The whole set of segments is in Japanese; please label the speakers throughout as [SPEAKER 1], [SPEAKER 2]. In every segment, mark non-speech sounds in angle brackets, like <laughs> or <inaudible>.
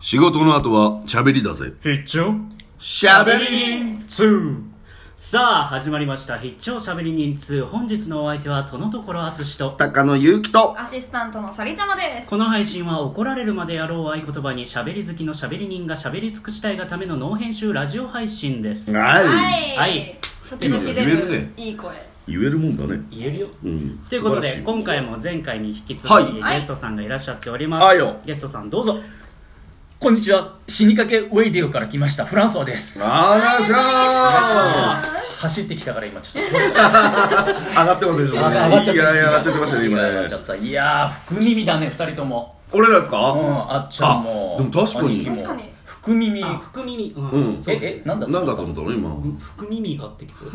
[SPEAKER 1] 仕事の後は喋りだぜ。
[SPEAKER 2] 必聴
[SPEAKER 1] 喋りに
[SPEAKER 2] 2
[SPEAKER 3] さあ始まりました「必聴しゃべり人2」本日のお相手はとのところあつしと
[SPEAKER 1] 高野祐希と、
[SPEAKER 4] アシスタントのさりちゃまです。
[SPEAKER 3] この配信は怒られるまでやろう合言葉にしゃべり好きのしゃべり人がしゃべり尽くしたいがためのノー編集ラジオ配信です
[SPEAKER 1] はい。
[SPEAKER 4] い
[SPEAKER 3] はい
[SPEAKER 4] 時々出
[SPEAKER 1] いいね言え
[SPEAKER 4] る
[SPEAKER 1] るね
[SPEAKER 4] いい声。
[SPEAKER 1] 言えるもんだね。
[SPEAKER 3] 言えるよ
[SPEAKER 1] うん。
[SPEAKER 3] ということ
[SPEAKER 1] 素晴らし
[SPEAKER 3] で今回も前回に引き続き
[SPEAKER 1] は
[SPEAKER 3] ゲストさんがいらっしゃっております、
[SPEAKER 1] はいよ
[SPEAKER 3] ゲストさんどうぞ
[SPEAKER 5] こんにちは死にかけウェイディオから来ましたフランソワです
[SPEAKER 1] あらしゃ
[SPEAKER 5] 走ってきたから今ちょっと
[SPEAKER 1] ー上がってますでしょうかね。
[SPEAKER 5] 上がっちゃった
[SPEAKER 1] いやいや、上がっちゃってましたね、今
[SPEAKER 5] 上がっちゃ
[SPEAKER 1] ね。
[SPEAKER 5] ったいやー福耳だね二人とも
[SPEAKER 1] 俺らです
[SPEAKER 5] うん
[SPEAKER 1] か
[SPEAKER 5] あっちゃんも
[SPEAKER 1] あでも確かに
[SPEAKER 5] 兄貴も
[SPEAKER 4] 確かに
[SPEAKER 5] 福耳
[SPEAKER 3] あ福耳うん、
[SPEAKER 1] うん
[SPEAKER 3] そう
[SPEAKER 5] ええなんだ
[SPEAKER 1] なんだと思ったの今。
[SPEAKER 3] 福耳がって聞こ
[SPEAKER 1] <laughs>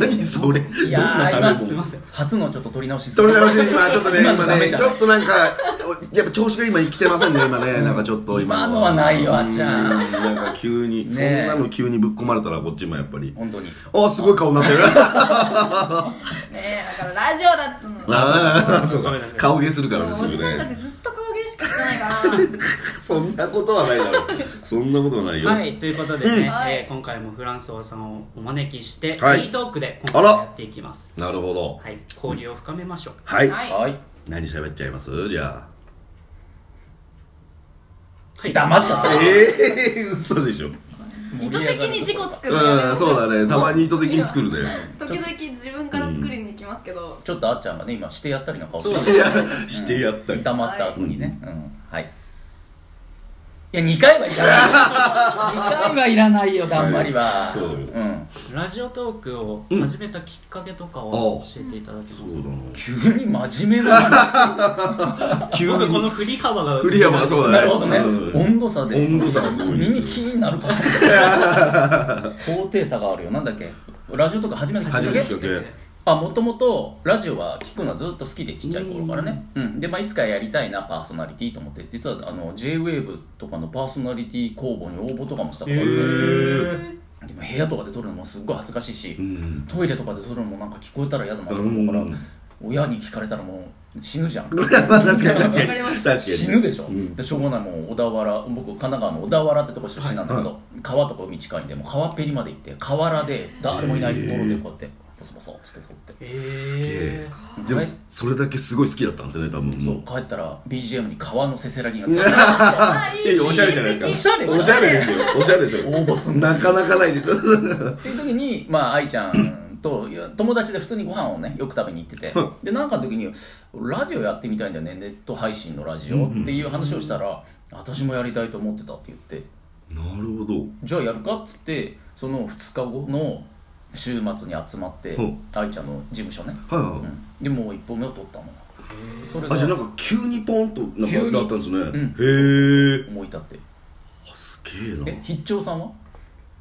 [SPEAKER 1] 何それ。ど
[SPEAKER 5] い
[SPEAKER 1] ん
[SPEAKER 5] や
[SPEAKER 1] な食
[SPEAKER 5] ー今
[SPEAKER 1] べ
[SPEAKER 5] すいま
[SPEAKER 1] 物
[SPEAKER 5] せん初のちょっと取り直し
[SPEAKER 1] それ直しい今ちょっとね、
[SPEAKER 5] 今
[SPEAKER 1] 今
[SPEAKER 5] のダメ
[SPEAKER 1] ね、
[SPEAKER 5] じゃん
[SPEAKER 1] ちょっとなんか、おやっぱ調子が今生きてませんね、今ね。なんかちょっと今。
[SPEAKER 5] 今のはないよあっちゃん
[SPEAKER 1] うんなんか急に、そん
[SPEAKER 5] ねえ
[SPEAKER 1] なの急にぶっ込まれたらこっちもやっぱり。
[SPEAKER 5] 本当に
[SPEAKER 1] あ、すごい顔な <laughs> ってる。
[SPEAKER 4] ねえ、だからラジオだっつうの。
[SPEAKER 1] ああ、そう
[SPEAKER 3] ご
[SPEAKER 1] か
[SPEAKER 3] めんなさい。
[SPEAKER 1] 顔芸するから
[SPEAKER 4] も
[SPEAKER 1] で
[SPEAKER 4] う
[SPEAKER 1] す
[SPEAKER 4] お
[SPEAKER 1] よ
[SPEAKER 4] じさんたち
[SPEAKER 1] ね。
[SPEAKER 4] ずっと顔芸しかしてないから。
[SPEAKER 1] そんなことはないだろう。 <laughs> そんなことはないよ。
[SPEAKER 3] はい、ということでね、
[SPEAKER 4] はい
[SPEAKER 3] えー今回もフランソワさんをお招きして、
[SPEAKER 1] はい
[SPEAKER 3] フリートークで今
[SPEAKER 1] あ
[SPEAKER 3] 回
[SPEAKER 1] ら
[SPEAKER 3] やっていきます。
[SPEAKER 1] なるほど。
[SPEAKER 3] はい、交流を深めましょう。
[SPEAKER 1] はい。
[SPEAKER 4] は。
[SPEAKER 5] はいい
[SPEAKER 1] 何喋っちゃいますじゃ
[SPEAKER 3] はい、
[SPEAKER 5] 黙っちゃっ
[SPEAKER 1] あ。
[SPEAKER 5] た
[SPEAKER 1] ええ、嘘でしょ。
[SPEAKER 4] 意図的に事故作るよね。
[SPEAKER 1] うん、そうだね。たまに意図的に作るね。
[SPEAKER 4] 時々自分から作りに行きますけど。
[SPEAKER 5] ちょっとあっちゃんがね今してやったりなんか
[SPEAKER 3] そう
[SPEAKER 1] してや、してやったり。
[SPEAKER 5] 黙った後にねうんはいいや2回はいらない2回はいらないよだんまりは
[SPEAKER 1] そう
[SPEAKER 5] うん
[SPEAKER 3] ラジオトークを始めたきっかけとかを教えていただけます
[SPEAKER 1] そ
[SPEAKER 3] か、
[SPEAKER 1] うだ
[SPEAKER 5] 急に真面目な話
[SPEAKER 1] な。急
[SPEAKER 3] 僕この
[SPEAKER 1] に。
[SPEAKER 3] 振り幅が
[SPEAKER 1] 振り幅がそうだね。
[SPEAKER 5] なるほどね
[SPEAKER 1] う。ん
[SPEAKER 5] 温度差です。
[SPEAKER 1] 温度差がすごいですよ
[SPEAKER 5] 耳気になるかも。高低差があるよ。なんだっけラジオとか初めて聞
[SPEAKER 1] 初め
[SPEAKER 5] い
[SPEAKER 1] て
[SPEAKER 5] た
[SPEAKER 1] 聞く
[SPEAKER 5] け
[SPEAKER 1] わけ。
[SPEAKER 5] あ、もともとラジオは聞くのはずっと好きでちっちゃい頃からね。うん。で、まあ、いつかやりたいな、パーソナリティと思って。実は、あの、JWAVE とかのパーソナリティ公募に応募とかもしたことあって。
[SPEAKER 3] え
[SPEAKER 5] でも部屋とかで撮るのもすっごい恥ずかしいし、
[SPEAKER 1] <laughs> うん。
[SPEAKER 5] トイレとかで撮るのもなんか聞こえたら嫌だなと
[SPEAKER 1] う
[SPEAKER 5] 思うから、
[SPEAKER 1] ん。
[SPEAKER 5] 親に聞かれたらもう死ぬじゃん。
[SPEAKER 1] まあ確かに <laughs> 確かに
[SPEAKER 4] わかりま。
[SPEAKER 1] 確
[SPEAKER 4] す
[SPEAKER 1] かに。
[SPEAKER 5] 死ぬでしょ、
[SPEAKER 1] うん
[SPEAKER 5] でしょうがないもう小田原僕神奈川の小田原ってとこ出身なんだけど、川とか海近いんでもう川っぺりまで行って河原で誰もいないところでこうやってボソボソっつって撮って、
[SPEAKER 3] ー、え
[SPEAKER 1] げえ
[SPEAKER 3] ー、
[SPEAKER 1] でも
[SPEAKER 5] はい、
[SPEAKER 1] それだけすごい好きだったんですよね、多分。
[SPEAKER 5] そう帰ったら BGM に川のせせらぎがついて <laughs> る
[SPEAKER 4] あ、い
[SPEAKER 1] いやいやおしゃれじゃない
[SPEAKER 5] お
[SPEAKER 1] です
[SPEAKER 5] しゃれ
[SPEAKER 1] か。おしゃれですよ。おしゃれ <laughs> です
[SPEAKER 5] 応募す
[SPEAKER 1] よ。
[SPEAKER 5] んの
[SPEAKER 1] なかなかないです。
[SPEAKER 5] っていう時にまあ愛ちゃんといや友達で普通にご飯をねよく食べに行ってて
[SPEAKER 1] うん
[SPEAKER 5] でなんかの時にラジオやってみたいんだよねネット配信のラジオっていう話をしたら私もやりたいと思ってたって言って
[SPEAKER 1] なるほど。
[SPEAKER 5] じゃあやるかっつってその2日後の週末に集まって
[SPEAKER 1] うん
[SPEAKER 5] 愛ちゃんの事務所ね、
[SPEAKER 1] はいは
[SPEAKER 5] う
[SPEAKER 1] い。
[SPEAKER 5] ん、でもう1本目を取ったのそれが
[SPEAKER 1] あ、じゃあなん
[SPEAKER 5] 思
[SPEAKER 1] か急にポンと
[SPEAKER 5] 急
[SPEAKER 1] なん
[SPEAKER 5] に
[SPEAKER 1] かだったんですね。へえ。
[SPEAKER 5] い立って
[SPEAKER 1] あすげえな
[SPEAKER 5] え。必聴さんは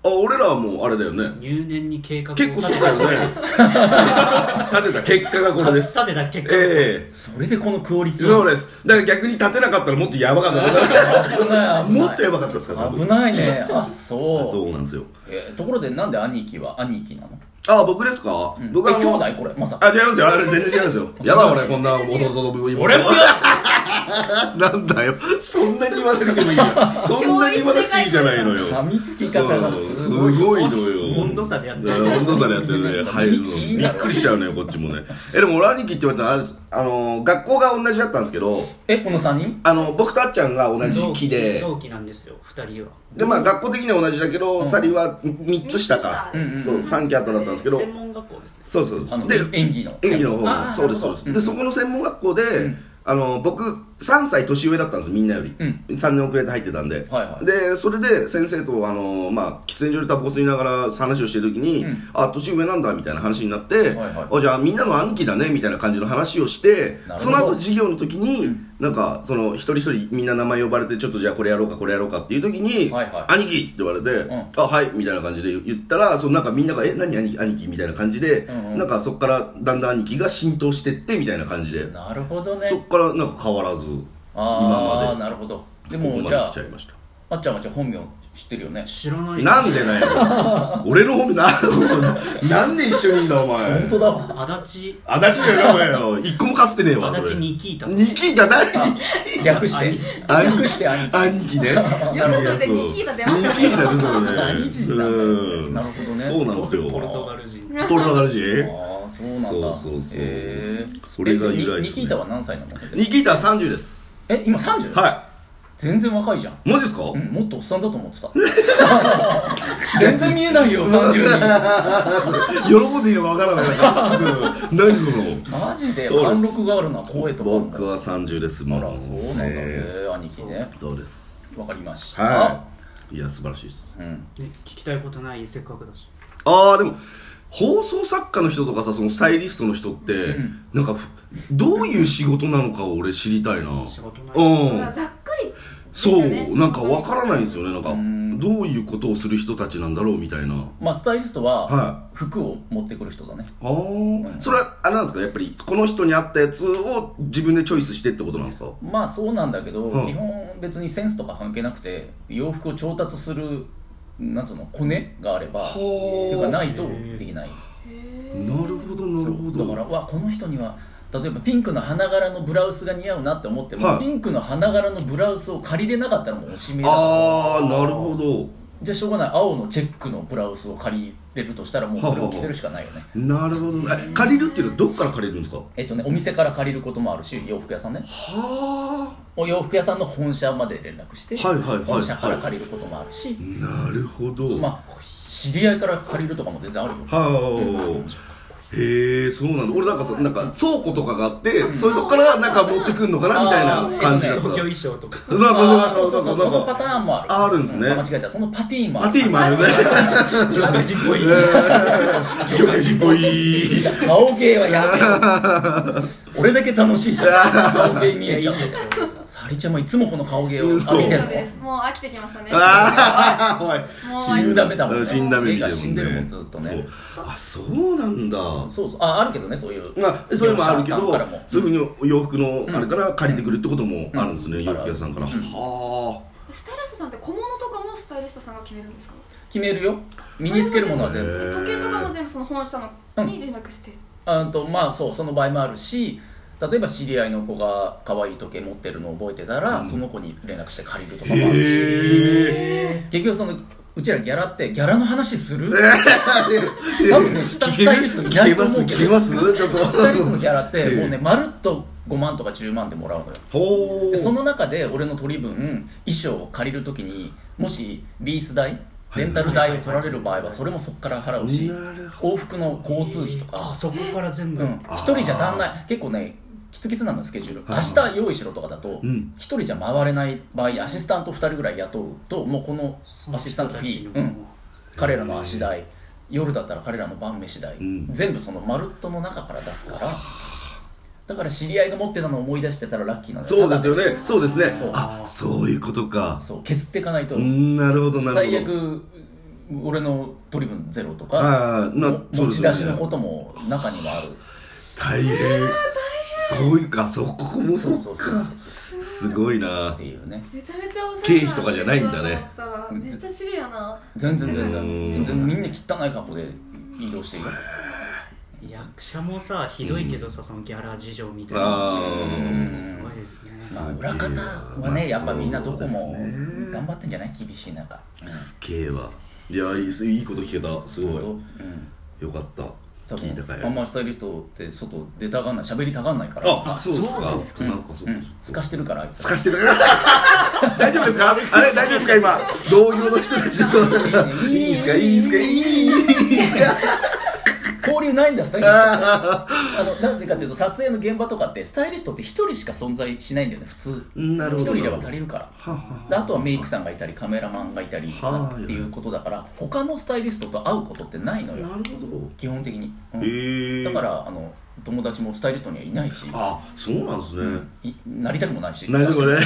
[SPEAKER 1] あ、俺らはもうあれだよね。
[SPEAKER 3] 入念に計画を
[SPEAKER 1] 結構そうだよね。立てた結果がこれです。
[SPEAKER 3] 立てた結果です
[SPEAKER 1] ええ。
[SPEAKER 5] それでこのクオリティ
[SPEAKER 1] そうです。だから逆に立てなかったらもっとやばかったです。
[SPEAKER 5] 危ない危ない
[SPEAKER 1] もっとやばかったですから、多分
[SPEAKER 5] 危ないねあ
[SPEAKER 1] そ
[SPEAKER 5] そう
[SPEAKER 1] うなんですよ。
[SPEAKER 5] えーところでなんで兄貴は兄貴なの、
[SPEAKER 1] あ、僕ですか
[SPEAKER 5] うん、
[SPEAKER 1] 僕
[SPEAKER 5] え
[SPEAKER 1] はあ
[SPEAKER 5] 兄
[SPEAKER 1] の
[SPEAKER 5] 弟これまさか
[SPEAKER 1] あ、違いますよ。あれ全然違いますよ。やだ、俺、こんな弟と妹。俺も <laughs> なんだよ。そんなに言わなくてもいいや。そんなに言わなくていいじゃない
[SPEAKER 5] <laughs>
[SPEAKER 1] の
[SPEAKER 5] 噛
[SPEAKER 1] よ。
[SPEAKER 5] みつき
[SPEAKER 1] そ
[SPEAKER 5] 方が
[SPEAKER 1] う
[SPEAKER 5] す
[SPEAKER 1] す
[SPEAKER 5] ごい
[SPEAKER 1] ごいのよ。
[SPEAKER 3] 温度差でやってる
[SPEAKER 1] うん温度差でやってるね。入るの。
[SPEAKER 5] 気
[SPEAKER 1] び
[SPEAKER 5] にな
[SPEAKER 1] っ
[SPEAKER 5] る
[SPEAKER 1] くりしちゃうのよ、こっちもね。え、でも俺兄貴って言われたら、あれですあの、学校が同じだったんですけど、
[SPEAKER 5] えこの3人
[SPEAKER 1] あの、僕とあっちゃんが同じ
[SPEAKER 3] 同
[SPEAKER 1] 期
[SPEAKER 3] 期
[SPEAKER 1] で、
[SPEAKER 3] 同期なんですよ二人は
[SPEAKER 1] で、まあ学校的には同じだけど、サリは3つ下か。
[SPEAKER 4] 三
[SPEAKER 5] つ
[SPEAKER 1] そ
[SPEAKER 5] 下
[SPEAKER 1] う、3期後だったんですけど、
[SPEAKER 3] 専門学校ですね
[SPEAKER 1] そうそう
[SPEAKER 5] あ
[SPEAKER 1] そう。
[SPEAKER 5] の
[SPEAKER 1] で、
[SPEAKER 5] 演技の
[SPEAKER 1] 演技の方
[SPEAKER 3] あ
[SPEAKER 1] が
[SPEAKER 3] ー
[SPEAKER 1] そうです
[SPEAKER 3] な
[SPEAKER 1] そう
[SPEAKER 3] るほど
[SPEAKER 1] です、でそこの専門学校で、
[SPEAKER 5] ん
[SPEAKER 1] あの僕3歳年上だったんですみんなより、
[SPEAKER 5] うん
[SPEAKER 1] 3年遅れて入ってたんで、
[SPEAKER 5] はいはい
[SPEAKER 1] でそれで先生とあの、まあ、喫煙所でタバコ吸いながら話をしてる時に、
[SPEAKER 5] うん
[SPEAKER 1] あ年上なんだみたいな話になって、
[SPEAKER 5] はいはい
[SPEAKER 1] あじゃあみんなの兄貴だねみたいな感じの話をして
[SPEAKER 5] なるほど
[SPEAKER 1] その後授業の時に、なんかその一人一人みんな名前呼ばれてちょっとじゃあこれやろうかこれやろうかっていう時に「
[SPEAKER 5] はいはい
[SPEAKER 1] 兄貴!」って言われて「
[SPEAKER 5] ん
[SPEAKER 1] あはい」みたいな感じで言ったらそのなんかみんなが「え何兄貴兄貴?」みたいな感じで、
[SPEAKER 5] うんうん
[SPEAKER 1] なんかそこからだんだん兄貴が浸透してってみたいな感じで、
[SPEAKER 5] なるほどね
[SPEAKER 1] そこからなんか変わらず
[SPEAKER 5] ああ
[SPEAKER 1] 今まで
[SPEAKER 5] なるほどで
[SPEAKER 1] ここ
[SPEAKER 5] も
[SPEAKER 1] ま
[SPEAKER 5] じ
[SPEAKER 1] で
[SPEAKER 5] ゃ
[SPEAKER 1] 来
[SPEAKER 5] あ
[SPEAKER 1] ちゃいました
[SPEAKER 5] あっちゃんはじゃあ本名知ってるよね
[SPEAKER 3] 知らないよ
[SPEAKER 1] なんでだよ俺の本名な <laughs> なんで一緒にいんだお前
[SPEAKER 5] 本当だわ
[SPEAKER 3] 足立
[SPEAKER 1] 足立じゃないお前よ一個もかつてねえわ
[SPEAKER 3] 足
[SPEAKER 1] それ
[SPEAKER 3] 立ニキータ
[SPEAKER 1] ニキータ誰
[SPEAKER 5] 略して
[SPEAKER 1] 兄貴
[SPEAKER 5] 略して兄貴
[SPEAKER 1] 兄貴ねよ
[SPEAKER 4] くそれでニキータ出ましたね
[SPEAKER 1] ニキータ出そうね
[SPEAKER 5] 何人なんだ
[SPEAKER 1] うん
[SPEAKER 5] なるほどね
[SPEAKER 1] そうなんですよ
[SPEAKER 3] ポルトガル人
[SPEAKER 1] ポルトガル人
[SPEAKER 5] <laughs> ああそうなんだ
[SPEAKER 1] そうそうそう
[SPEAKER 5] へー
[SPEAKER 1] それが由来ですね
[SPEAKER 5] えニニキータは何歳なの
[SPEAKER 1] ニキータは30です
[SPEAKER 5] え今 30?
[SPEAKER 1] は
[SPEAKER 5] 全然若いじゃん
[SPEAKER 1] いマジですか
[SPEAKER 5] うんもっとおっさんだと思っ
[SPEAKER 1] <laughs>
[SPEAKER 5] てた <laughs> 全然見えないよ30
[SPEAKER 1] 喜んでいいのかわからないからそう何その
[SPEAKER 5] にマジで
[SPEAKER 1] そうです
[SPEAKER 5] 貫禄があるな声とかも
[SPEAKER 1] 僕は30ですも
[SPEAKER 5] あ
[SPEAKER 1] う
[SPEAKER 5] らそうなんだね兄貴ね
[SPEAKER 1] そうです
[SPEAKER 5] わかりました、
[SPEAKER 1] はいいや素晴らしいです
[SPEAKER 5] うん
[SPEAKER 3] ね聞きたいことないせっかくだし
[SPEAKER 1] ああでも放送作家の人とかさそのスタイリストの人って、
[SPEAKER 5] ん
[SPEAKER 1] なんかふどういう仕事なのかを俺知りたいな
[SPEAKER 3] 仕事な
[SPEAKER 1] う
[SPEAKER 3] い
[SPEAKER 1] ん
[SPEAKER 4] ざっくり
[SPEAKER 1] そう、
[SPEAKER 4] ですよね
[SPEAKER 1] なんかわからないんですよねなんか
[SPEAKER 5] うん
[SPEAKER 1] どういうことをする人たちなんだろうみたいなはい
[SPEAKER 5] まあスタイリストは
[SPEAKER 1] あ
[SPEAKER 5] 服を持ってくる人だね
[SPEAKER 1] あーそれはあれなんですかやっぱりこの人に合ったやつを自分でチョイスしてってことなんですか
[SPEAKER 5] まあそうなんだけど、
[SPEAKER 1] うん
[SPEAKER 5] 基本別にセンスとか関係なくて洋服を調達するなんつうのコネがあればって
[SPEAKER 1] ほー
[SPEAKER 5] いうかないとできない
[SPEAKER 1] なるほどなるほ
[SPEAKER 5] そう
[SPEAKER 1] ど
[SPEAKER 5] だからうわこの人には例えばピンクの花柄のブラウスが似合うなって思っても、
[SPEAKER 1] はい
[SPEAKER 5] ピンクの花柄のブラウスを借りれなかったらもうおしめだから
[SPEAKER 1] ああなるほど
[SPEAKER 5] じゃあしょうがない青のチェックのブラウスを借りれるとしたらもうそれを着せるしかないよね
[SPEAKER 1] なるほどえ借りるっていうのはどっから借りるんですか
[SPEAKER 5] えっとねお店から借りることもあるし洋服屋さんね
[SPEAKER 1] は
[SPEAKER 5] お洋服屋さんの本社まで連絡して、
[SPEAKER 1] はいはいはいはい
[SPEAKER 5] 本社から借りることもあるし、
[SPEAKER 1] あなるほど
[SPEAKER 5] まあ知り合いから借りるとかも全然あるよ
[SPEAKER 1] はあ、へえそうなんだ俺なんかさなんか倉庫とかがあって、そういうとこからなんか持ってくるのかなみたいな感じだった、
[SPEAKER 3] 故郷衣装とか
[SPEAKER 1] そう
[SPEAKER 5] あー
[SPEAKER 1] そうそうそう
[SPEAKER 5] そ
[SPEAKER 1] そう
[SPEAKER 5] のパターンもある
[SPEAKER 1] あるんですね
[SPEAKER 5] う間違えたそのパティーンもあ
[SPEAKER 1] ア
[SPEAKER 5] る
[SPEAKER 1] ティーマンね
[SPEAKER 3] 今の人っぽい
[SPEAKER 1] <laughs> 魚介人っぽい
[SPEAKER 5] 顔芸はやべえ俺だけ楽しいじ
[SPEAKER 1] <laughs>
[SPEAKER 5] ゃん顔芸見えちゃうさりちゃんもいつもこの顔芸を浴びてる
[SPEAKER 4] そう
[SPEAKER 5] の
[SPEAKER 4] ですもう飽きてきましたね
[SPEAKER 1] ああおい
[SPEAKER 5] 死んだ目だもんね
[SPEAKER 1] 死んだ目
[SPEAKER 5] 目が死んでるもんずっとね
[SPEAKER 1] そうあそうなんだ
[SPEAKER 5] そうそうああるけどねそういう
[SPEAKER 1] まあ、それもあるけ
[SPEAKER 5] 業者さん
[SPEAKER 1] ど
[SPEAKER 5] からも
[SPEAKER 1] そういうふうに洋服のあれから借りてくるってこともあるんですね、
[SPEAKER 5] うん
[SPEAKER 1] 洋服屋さんから、は
[SPEAKER 4] スタイリストさんって小物とかもスタイリストさんが決めるんですか
[SPEAKER 5] 決めるよ身につけるものは全
[SPEAKER 1] へ
[SPEAKER 5] 部
[SPEAKER 1] ー
[SPEAKER 4] 時計とかも全部その本社のに連絡して、
[SPEAKER 5] あとまあそうその場合もあるし例えば知り合いの子が可愛い時計持ってるのを覚えてたら、
[SPEAKER 1] うん
[SPEAKER 5] その子に連絡して借りると
[SPEAKER 1] あ
[SPEAKER 5] かもあるし
[SPEAKER 1] へえ
[SPEAKER 5] 結局そのうちらギャラってギャラの話する多分ね下
[SPEAKER 1] 聞
[SPEAKER 5] スタイリストいな
[SPEAKER 1] け
[SPEAKER 5] いと
[SPEAKER 1] ます
[SPEAKER 5] 思う
[SPEAKER 1] 聞
[SPEAKER 5] けど
[SPEAKER 1] けますちょっと
[SPEAKER 5] スタイリストのギャラって
[SPEAKER 1] ええ
[SPEAKER 5] もうねまるっと5万とか10万でもらうのよ
[SPEAKER 1] ほ
[SPEAKER 5] で
[SPEAKER 1] う
[SPEAKER 5] その中で俺の取り分衣装を借りるときにもしリース代レンタル代を取られる場合はそれもそこから払うし
[SPEAKER 1] なるほ
[SPEAKER 5] 往復の交通費と
[SPEAKER 3] あ
[SPEAKER 5] か
[SPEAKER 3] そこから全部、
[SPEAKER 5] うん
[SPEAKER 1] あー
[SPEAKER 5] 一人じゃ足んない結構ねきつきつなのスケジュール
[SPEAKER 1] はい
[SPEAKER 5] 明日用意しろとかだと
[SPEAKER 1] うん
[SPEAKER 5] 一人じゃ回れない場合アシスタント2人ぐらい雇うともうこのアシスタントフィー、うん、彼らの足代夜だったら彼らの晩飯代、
[SPEAKER 1] ん
[SPEAKER 5] 全部そのまるっとの中から出すからだから知り合いが持ってたのを思い出してたらラッキーなんだ
[SPEAKER 1] そうですよ
[SPEAKER 5] ただ
[SPEAKER 1] ねそうですね
[SPEAKER 5] そう
[SPEAKER 1] あそういうことか
[SPEAKER 5] そう削っていかないと
[SPEAKER 1] うんなるほどなるほど
[SPEAKER 5] 最悪俺の取り分ゼロとか
[SPEAKER 1] ああな
[SPEAKER 5] も
[SPEAKER 1] そう
[SPEAKER 5] 持
[SPEAKER 1] で
[SPEAKER 5] ち
[SPEAKER 1] す
[SPEAKER 5] 出
[SPEAKER 1] ね
[SPEAKER 5] しのことも中にはある
[SPEAKER 1] 大変そういうかそこも
[SPEAKER 5] そ
[SPEAKER 1] そうう
[SPEAKER 5] そうそうそうそう
[SPEAKER 1] すごいな
[SPEAKER 5] っていうね
[SPEAKER 4] めちゃめちゃおしゃれ
[SPEAKER 1] 経費とかじゃないんだね
[SPEAKER 4] 仕事だと思ってたらめっちゃ知りやな
[SPEAKER 5] 全然全
[SPEAKER 1] う
[SPEAKER 5] 然
[SPEAKER 1] ん
[SPEAKER 5] 全然みんな汚い格好で移動している
[SPEAKER 3] 役者もさひどいけどさ、そのギャラ事情みたい
[SPEAKER 1] あ
[SPEAKER 3] な
[SPEAKER 5] うん
[SPEAKER 3] すごいですね
[SPEAKER 5] まあ裏方は
[SPEAKER 1] まあ
[SPEAKER 5] ねやっぱみんなどこも
[SPEAKER 1] そうですね
[SPEAKER 5] 頑張ってんじゃない厳しい中
[SPEAKER 1] あすげえわいやいいすいいこと聞けたす
[SPEAKER 5] うん
[SPEAKER 1] ごい
[SPEAKER 5] ほんとうん
[SPEAKER 1] よかった
[SPEAKER 5] 多
[SPEAKER 1] 聞いたか
[SPEAKER 5] 分
[SPEAKER 1] よ
[SPEAKER 5] あんまりスタイリストって外出たがんない喋りたがんないから
[SPEAKER 1] あそうです
[SPEAKER 3] そう
[SPEAKER 1] か
[SPEAKER 3] な
[SPEAKER 1] なん
[SPEAKER 3] んで
[SPEAKER 1] か
[SPEAKER 3] す
[SPEAKER 1] そう
[SPEAKER 5] う
[SPEAKER 1] か
[SPEAKER 5] んすかしてるからあいつ
[SPEAKER 1] すかしてる <laughs> 大丈夫ですかあれ大丈夫ですか今同業の人たちといいですかいいですかいいですか
[SPEAKER 5] 交流ないんだスタイリストってあのなぜかというと撮影の現場とかってスタイリストって一人しか存在しないんだよね普通
[SPEAKER 1] なる
[SPEAKER 5] 一
[SPEAKER 1] ほど
[SPEAKER 5] 人いれば足りるから
[SPEAKER 1] はあは
[SPEAKER 5] であとはメイクさんがいたりカメラマンがいたり
[SPEAKER 1] は
[SPEAKER 5] っ
[SPEAKER 1] い
[SPEAKER 5] ていうことだから他のスタイリストと会うことってないの
[SPEAKER 1] あ
[SPEAKER 5] よ
[SPEAKER 1] なるほ
[SPEAKER 5] 基本的に、うん
[SPEAKER 1] どへえ
[SPEAKER 5] だからあの友達もスタイリストにはいないし
[SPEAKER 1] あそうなんですね
[SPEAKER 5] いなりたくもないし
[SPEAKER 1] なるほどね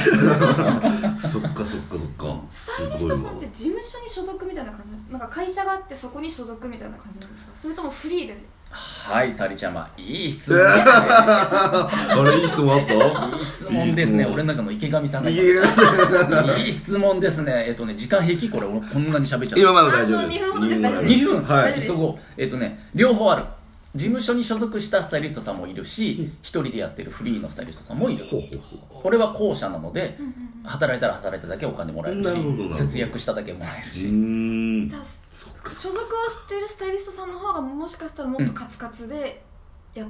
[SPEAKER 1] そそっかそっかそっか
[SPEAKER 4] スタイリストさんって事務所に所属みたいな感じなんなんか会社があってそこに所属みたいな感じなんですかそれともフリーで
[SPEAKER 5] はい、サリちゃま、いい質問ですね。
[SPEAKER 1] <laughs> あれいい質問あった
[SPEAKER 5] いい質問です
[SPEAKER 1] いい質
[SPEAKER 5] ね。
[SPEAKER 1] 問
[SPEAKER 5] 俺の中の池上さんが
[SPEAKER 1] い
[SPEAKER 5] 今
[SPEAKER 1] や
[SPEAKER 5] いい質問ですね。えっとね、時間平均これ、俺こんなに喋っちゃった。
[SPEAKER 1] 今まだ大丈夫です
[SPEAKER 4] あと二分ほどです
[SPEAKER 5] 2分、
[SPEAKER 1] はい
[SPEAKER 5] 急ごうえっとね両方ある事務所に所属したスタイリストさんもいるし一、人でやってるフリーのスタイリストさんもいる
[SPEAKER 1] ほうほう
[SPEAKER 5] 俺は後者なので
[SPEAKER 4] うんうん
[SPEAKER 5] 働いたら働いただけお金もらえる
[SPEAKER 1] なる
[SPEAKER 5] し
[SPEAKER 1] ほどなるほど
[SPEAKER 5] 節約しただけもらえる
[SPEAKER 1] う
[SPEAKER 5] し、
[SPEAKER 1] ーん
[SPEAKER 4] じゃあ
[SPEAKER 1] そっか
[SPEAKER 4] 所属を知っているスタイリストさんの方がもしかしたらもっとカツカツでやっ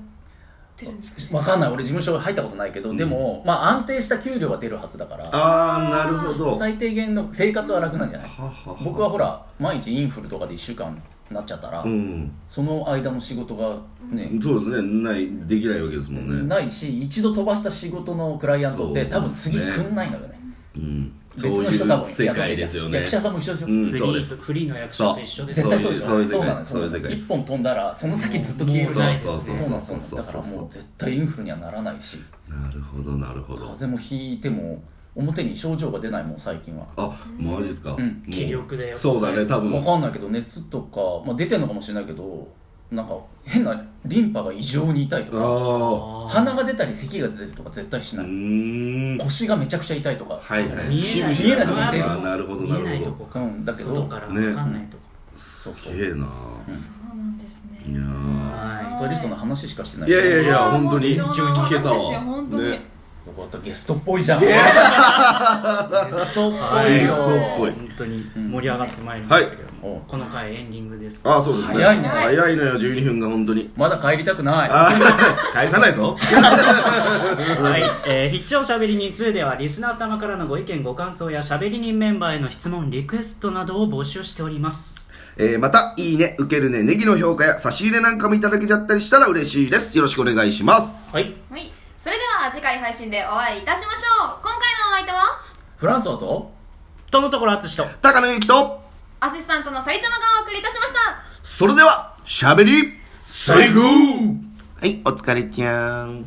[SPEAKER 4] てるんですかね、
[SPEAKER 5] わかんない俺事務所入ったことないけど、でも、まあ、安定した給料は出るはずだから
[SPEAKER 1] ああなるほどは
[SPEAKER 5] 最低限の生活は楽なんじゃない
[SPEAKER 1] はは
[SPEAKER 5] 僕はほら毎日インフルとかで1週間なっちゃったら、
[SPEAKER 1] うん
[SPEAKER 5] その間の仕事がね、
[SPEAKER 1] そうですねないできないわけですもんね
[SPEAKER 5] ないし一度飛ばした仕事のクライアントって
[SPEAKER 1] そ
[SPEAKER 5] 多
[SPEAKER 1] うで
[SPEAKER 5] 分
[SPEAKER 1] す
[SPEAKER 5] 次
[SPEAKER 1] ね
[SPEAKER 5] 来んないのよね
[SPEAKER 1] うんそう
[SPEAKER 5] 別の
[SPEAKER 1] い
[SPEAKER 5] 人多分
[SPEAKER 1] う世界ですよね
[SPEAKER 5] 役者さんも一緒でしょ、
[SPEAKER 1] うん
[SPEAKER 3] フリ
[SPEAKER 1] そうで
[SPEAKER 3] ーと
[SPEAKER 1] す
[SPEAKER 3] フリーの役者と一緒です
[SPEAKER 5] 絶対そうでしょ
[SPEAKER 1] そういう世界
[SPEAKER 5] なの
[SPEAKER 1] そういう世界です
[SPEAKER 5] 一本飛んだらその先ずっと消える
[SPEAKER 3] もう
[SPEAKER 5] な
[SPEAKER 3] ないいです
[SPEAKER 5] そうなんですそうなんですだからもう絶対インフルにはならないし
[SPEAKER 1] なるほどなるほ
[SPEAKER 5] 風
[SPEAKER 1] ど
[SPEAKER 5] 邪もひいても表に症状が出ないもん最近は
[SPEAKER 1] あマジですか
[SPEAKER 5] うん
[SPEAKER 1] もう
[SPEAKER 3] 気力で
[SPEAKER 1] そうだね多
[SPEAKER 5] 分
[SPEAKER 1] 分
[SPEAKER 5] かんないけど熱とか、まあ、出てるのかもしれないけどなんか変なリンパが異常に痛いとか
[SPEAKER 1] ああ
[SPEAKER 5] 鼻が出たり咳が出たりとか絶対し
[SPEAKER 1] う
[SPEAKER 5] ない、
[SPEAKER 1] ーん
[SPEAKER 5] 腰がめちゃくちゃ痛いとか、
[SPEAKER 1] はいはい
[SPEAKER 3] 見えない
[SPEAKER 5] 見えないとこ出る
[SPEAKER 1] あーなるほど
[SPEAKER 3] 見
[SPEAKER 1] な
[SPEAKER 3] えない
[SPEAKER 1] る
[SPEAKER 3] と
[SPEAKER 1] ほ
[SPEAKER 3] こか、
[SPEAKER 5] うんだけど
[SPEAKER 3] 外から分かんないとこ、
[SPEAKER 5] そう
[SPEAKER 1] ど
[SPEAKER 5] そう
[SPEAKER 1] きれいな
[SPEAKER 4] そうなんですね
[SPEAKER 1] いやー
[SPEAKER 3] はい
[SPEAKER 5] スタイリストの話しかしてない
[SPEAKER 1] いやいやいや本当に
[SPEAKER 4] 貴重なお話ですよ本当に
[SPEAKER 1] ね
[SPEAKER 5] よかったゲストっぽいじゃんゲストっぽ
[SPEAKER 3] はい
[SPEAKER 5] い
[SPEAKER 1] ゲスト
[SPEAKER 5] よ
[SPEAKER 1] っぽい
[SPEAKER 3] 本当に盛り上がってまいりましたけども、
[SPEAKER 5] うんはい
[SPEAKER 3] この回エンディングです
[SPEAKER 1] あそうですね
[SPEAKER 5] 早いね
[SPEAKER 1] 早いのよ12分が本当に
[SPEAKER 5] まだ帰りたくない
[SPEAKER 1] あ <laughs> ー返さないぞ
[SPEAKER 3] はい、えー、必聴しゃべり人2ではリスナー様からのご意見ご感想やしゃべり人メンバーへの質問リクエストなどを募集しております
[SPEAKER 1] えーまた、いいね、受けるね、ネギの評価や差し入れなんかもいただけちゃったりしたら嬉しいです。よろしくお願いします。
[SPEAKER 3] はい
[SPEAKER 4] はいそれでは次回配信でお会いいたしましょう今回のお相手は
[SPEAKER 5] フランスはと
[SPEAKER 3] とのところ淳と
[SPEAKER 1] 高野ゆきと、
[SPEAKER 4] アシスタントのさりちゃまがお送りいたしました
[SPEAKER 1] それでは、しゃべり、最後はい、お疲れちゃん。